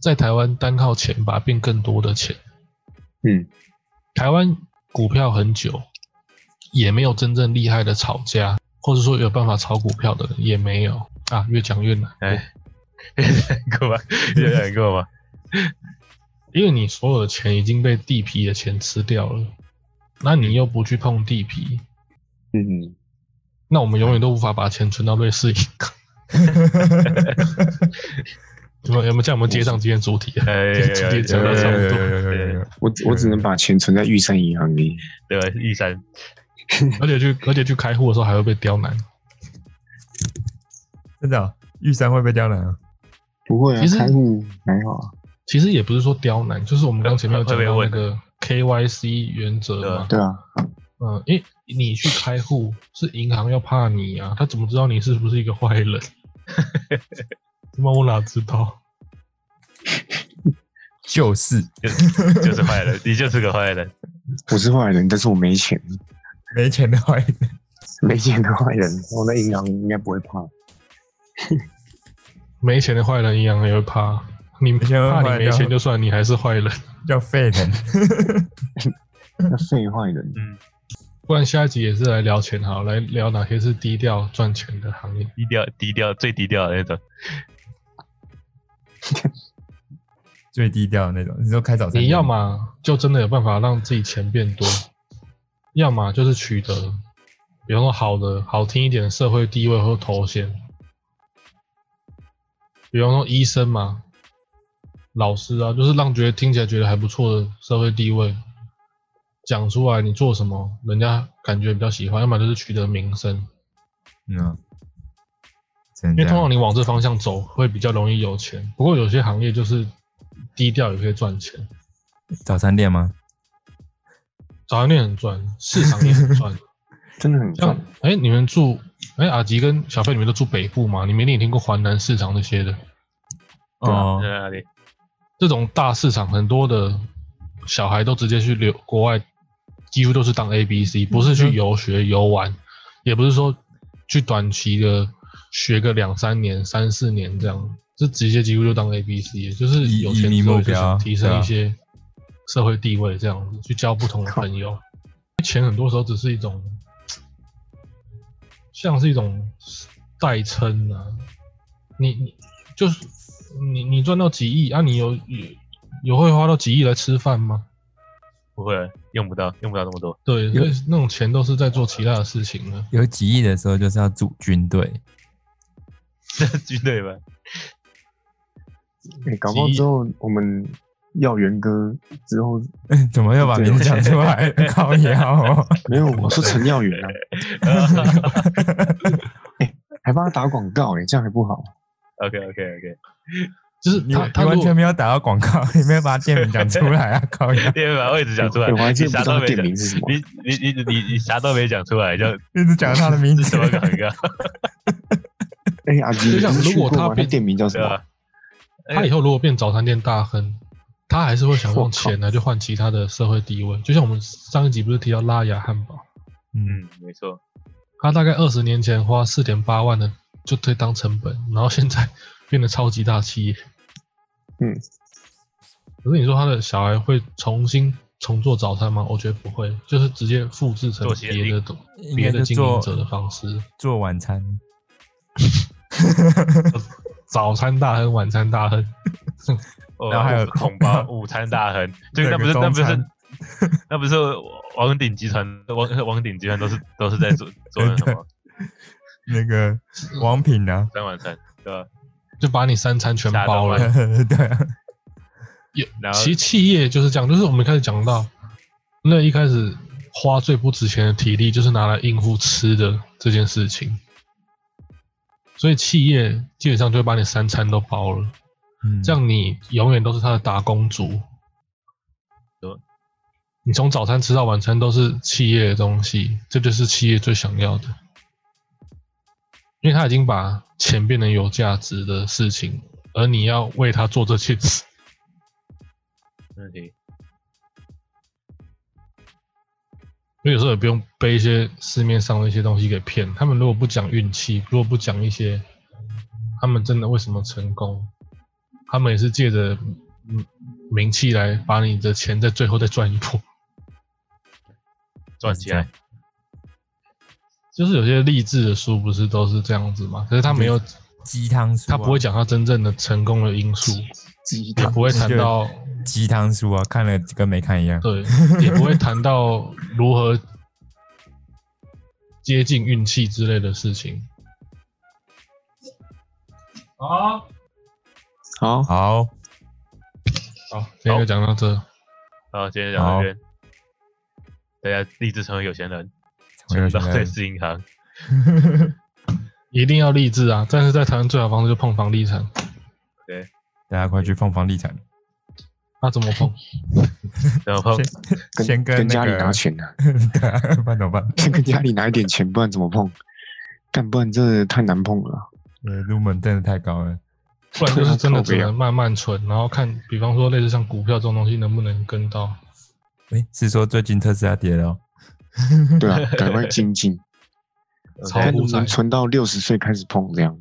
A: 在台湾单靠钱把它变更多的钱。
D: 嗯，
A: 台湾股票很久也没有真正厉害的炒家，或者说有办法炒股票的人也没有啊，越讲越难。
C: 哎，够吧，有点够吧。
A: 因为你所有的钱已经被地皮的钱吃掉了，那你又不去碰地皮，
D: 嗯，
A: 那我们永远都无法把钱存到瑞士银行。 有没有有没有这样？我们接上今天主题啊？
C: 哎，有有有
A: 讲
B: 有
A: 到差
B: 有
A: 不
B: 有
A: 多
B: 有有有有，
D: 我我只能把钱存在玉山银行里。
C: 对吧？一三，
A: 而且去而且去开户的时候还会被刁难。
B: 真的哦，玉山会被刁难啊？
D: 不会啊
A: 其，实
D: 开户还好啊，
A: 其实也不是说刁难，就是我们刚前面有讲
C: 会被
A: 到那
C: 问
A: 个 KYC 原则嘛。
D: 对啊，
A: 嗯，因为你去开户是银行要怕你啊，他怎么知道你是不是一个坏人？ 他妈我哪知道？
B: 就是
C: 就是就是坏人，你就是个坏人。
D: 我是坏人，但是我没钱，
B: 没钱的坏人，
D: 没钱的坏人，我在银行应该不会怕。
A: 没钱的坏人银行也会怕你，
B: 钱会
A: 怕
B: 坏
A: 你没
B: 掉
A: 钱就算，你还是坏人。
B: 叫废人。
D: 那废坏人，
C: 嗯，
A: 不然下一集也是来聊钱好了，来聊哪些是低调赚钱的行业。
C: 低调低调最低调的那种。
B: 最低调的那种，你说开早餐店，
A: 你要么就真的有办法让自己钱变多，要么就是取得，比方说好的、好听一点的社会地位或头衔，比方说医生嘛、老师啊，就是让觉得听起来觉得还不错的社会地位，讲出来你做什么，人家感觉比较喜欢；要么就是取得名声，
B: 嗯啊，真
A: 因
B: 的
A: 为
B: 啊这
A: 通常
B: 样，
A: 你往这方向走会比较容易有钱。不过有些行业就是低调也可以赚钱。
B: 早餐店吗？
A: 早餐店很赚，市场也很赚。
D: 真的很
A: 像
D: 赚。
A: 哎、你们住哎、阿吉跟小费，你们都住北部嘛？你们一定也听过环南市场那些的。
D: 对啊
B: 哦
C: 在，哪里？
A: 这种大市场，很多的小孩都直接去留国外，几乎都是当 A B C，不
B: 嗯
A: 是去游学游玩，也不是说去短期的学个两三年、三四年这样，这直接几乎就当 A B C，就是
B: 以
A: 有钱
B: 以
A: 之
B: 目
A: 后
B: 标
A: 就想提
B: 对
A: 升
B: 啊
A: 一些社会地位这样子，去交不同的朋友。钱很多时候只是一种，像是一种代称啊，你你就是你你赚到几亿啊，你有有有会花到几亿来吃饭吗？
C: 不会，用不到，用不到那么多。
A: 对，所以那种钱都是在做其他的事情了。
B: 有几亿的时候就是要组军队，
C: 军队吧，
D: 哎、搞不好
A: 急
D: 之后我们要元哥之后
B: 怎么又把名字讲出来？靠腰哦，
D: 没有，我说陈耀元啊， 还帮他打广告哎、这样还不好？
C: OK OK OK，
A: 就是
B: 你
A: 他
B: 你
A: 他
B: 完
A: 如
B: 全
A: 果
B: 没有打到广告，你没有把店名讲出来啊？靠腰，
C: 你也把位置讲出来，
D: 哎我还
C: 你
D: 真的
C: 啥
D: 不知道
C: 都
D: 他
C: 没
D: 店
C: 讲，
D: 名是什么
C: 你。你你你你啥都没讲出来，就
B: 一直讲他的名
C: 是
B: 字，
C: 什么广告？
D: 哎、阿吉，
A: 就
D: 你
A: 像
D: 不是去
A: 如果
D: 过吗
A: 他变
D: 店名叫什
C: 对
D: 么？
C: 吧？
A: 他以后如果变早餐店大亨，他还是会想用钱来去换其他的社会地位。就像我们上一集不是提到拉雅汉堡，
B: 嗯，
C: 嗯，没错，
A: 他大概二十年前花四点八万的就推当成本，然后现在 变得超级大企业。
D: 嗯，
A: 可是你说他的小孩会重新重做早餐吗？我觉得不会，就是直接复制成
C: 做协
A: 别的
C: 力
A: 东
B: 应
A: 嗯别
B: 该
A: 的
B: 就
A: 经营
B: 做
A: 者的方式，
B: 做晚餐，
A: 早餐大亨，晚餐大亨。
C: 哦
B: 然后还有
C: 桶包、午餐大亨，这个那
B: 整个
C: 不是那不
B: 中餐
C: 是那不是王鼎集团王王鼎集团都是 都是在做做那什 么
B: 那个王品啊，
C: 三晚餐对吧？
A: 就把你三餐全
C: 吓到
A: 包了
C: 了。
B: 对啊，
A: 也
C: 然后
A: 其实企业就是这样，就是我们一开始讲到，那一开始花最不值钱的体力，就是拿来应付吃的这件事情。所以企业基本上就会把你三餐都包了，
B: 嗯
A: 这样你永远都是他的打工族
C: 对。
A: 你从早餐吃到晚餐都是企业的东西，这就是企业最想要的，因为他已经把钱变成有价值的事情，而你要为他做这件事。
C: 没问题。
A: 因为有时候也不用被一些市面上的一些东西给骗。他们如果不讲运气，如果不讲一些他们真的为什么成功，他们也是借着嗯名气来把你的钱在最后再赚一波。
C: 赚起
A: 啊嗯
C: 来，
A: 就是有些励志的书不是都是这样子嘛？可是他没有，
B: 鸡汤书啊，
A: 他不会讲他真正的成功的因素，
D: 鸡
A: 也
D: 汤
A: 不会谈到
B: 鸡汤书啊，看了跟没看一样，
A: 对，也不会谈到如何接近运气之类的事情。啊，
D: 好，
B: 好，
A: 好，今天就讲到这。
C: 好，今天讲到这边，大家立志成为有钱人，
B: 我又
C: 到
B: 觉
C: 瑞
B: 得
C: 士银 行，
A: 一定要励志啊！但是在台湾最好的方式就碰房地产，
B: 大家快去放房地产，
A: 那、怎么碰？
C: 然后
B: 先先
D: 跟
B: 那
D: 家里
B: 个
D: 拿钱啊，
B: 对啊，不然怎么办？
D: 先跟家里拿一点钱，不然怎么碰？干不然真的太难碰了。
B: 我的入门真的太高了，
A: 不然就是真的只
D: 对啊靠北啊
A: 能慢慢存，然后看，比方说类似像股票这种东西能不能跟到。
B: 诶，是说最近特斯拉跌了哦，
D: 对啊，赶快精进，
A: 超
D: 看
A: 乎
D: 能不能
A: 在
D: 存到六十岁开始碰，这样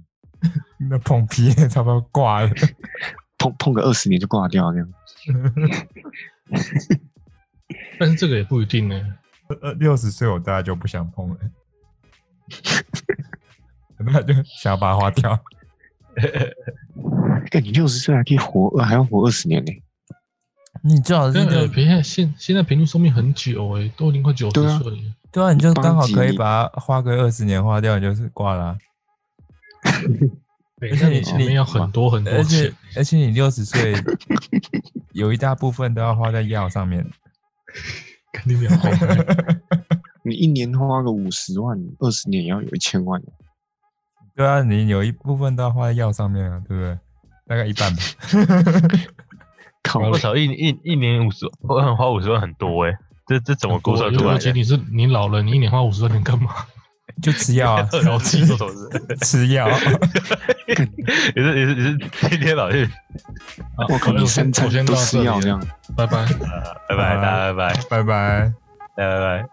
B: 那碰皮差不多挂了，
D: 碰碰个二十年就挂掉，这样
A: 但是这个也不一定欸呢、
B: 呃，六十岁我大概就不想碰了，那就想要把它花掉。
D: 哎干你六十岁还可以活，呃还要活二十年呢、
B: 你最好是
A: 但
B: 六
A: 耳皮现现现在平均寿命很久哎、都已经快九十
D: 对啊
A: 岁了。
B: 对啊，你就
D: 帮
B: 刚好
D: 急
B: 可以
D: 你
B: 把它花个二十年花掉，你就是挂了啊、
A: 对
B: 而且
A: 那
B: 你
A: 你前面要很多很多
B: 而且
A: 钱，
B: 而且你六十岁有一大部分都要花在药上面，
A: 肯定没有后悔。
D: 你一年花个五十万，二十年也要有一千万。
B: 对啊，你有一部分都要花在药上面啊，对不对？大概一半吧。
D: 靠
C: 我操，一一一年五十，我很花五十万很多哎，这这怎么估算出来
A: 尤其
C: 的？
A: 你是你老了，你一年花五十万能干嘛？
B: 就吃药 啊，
C: 然后自己做投资，
B: 吃药。
C: 也是也是也是天天老去，
A: 啊
D: 我靠，
A: 好
D: 你
A: 我先
D: 三餐
A: 我先
D: 都
A: 到
D: 吃
A: 这里
D: 药这
A: 了，
D: 样。
A: 拜拜。
C: 拜拜，大家拜拜，
B: 拜拜。
C: 拜拜。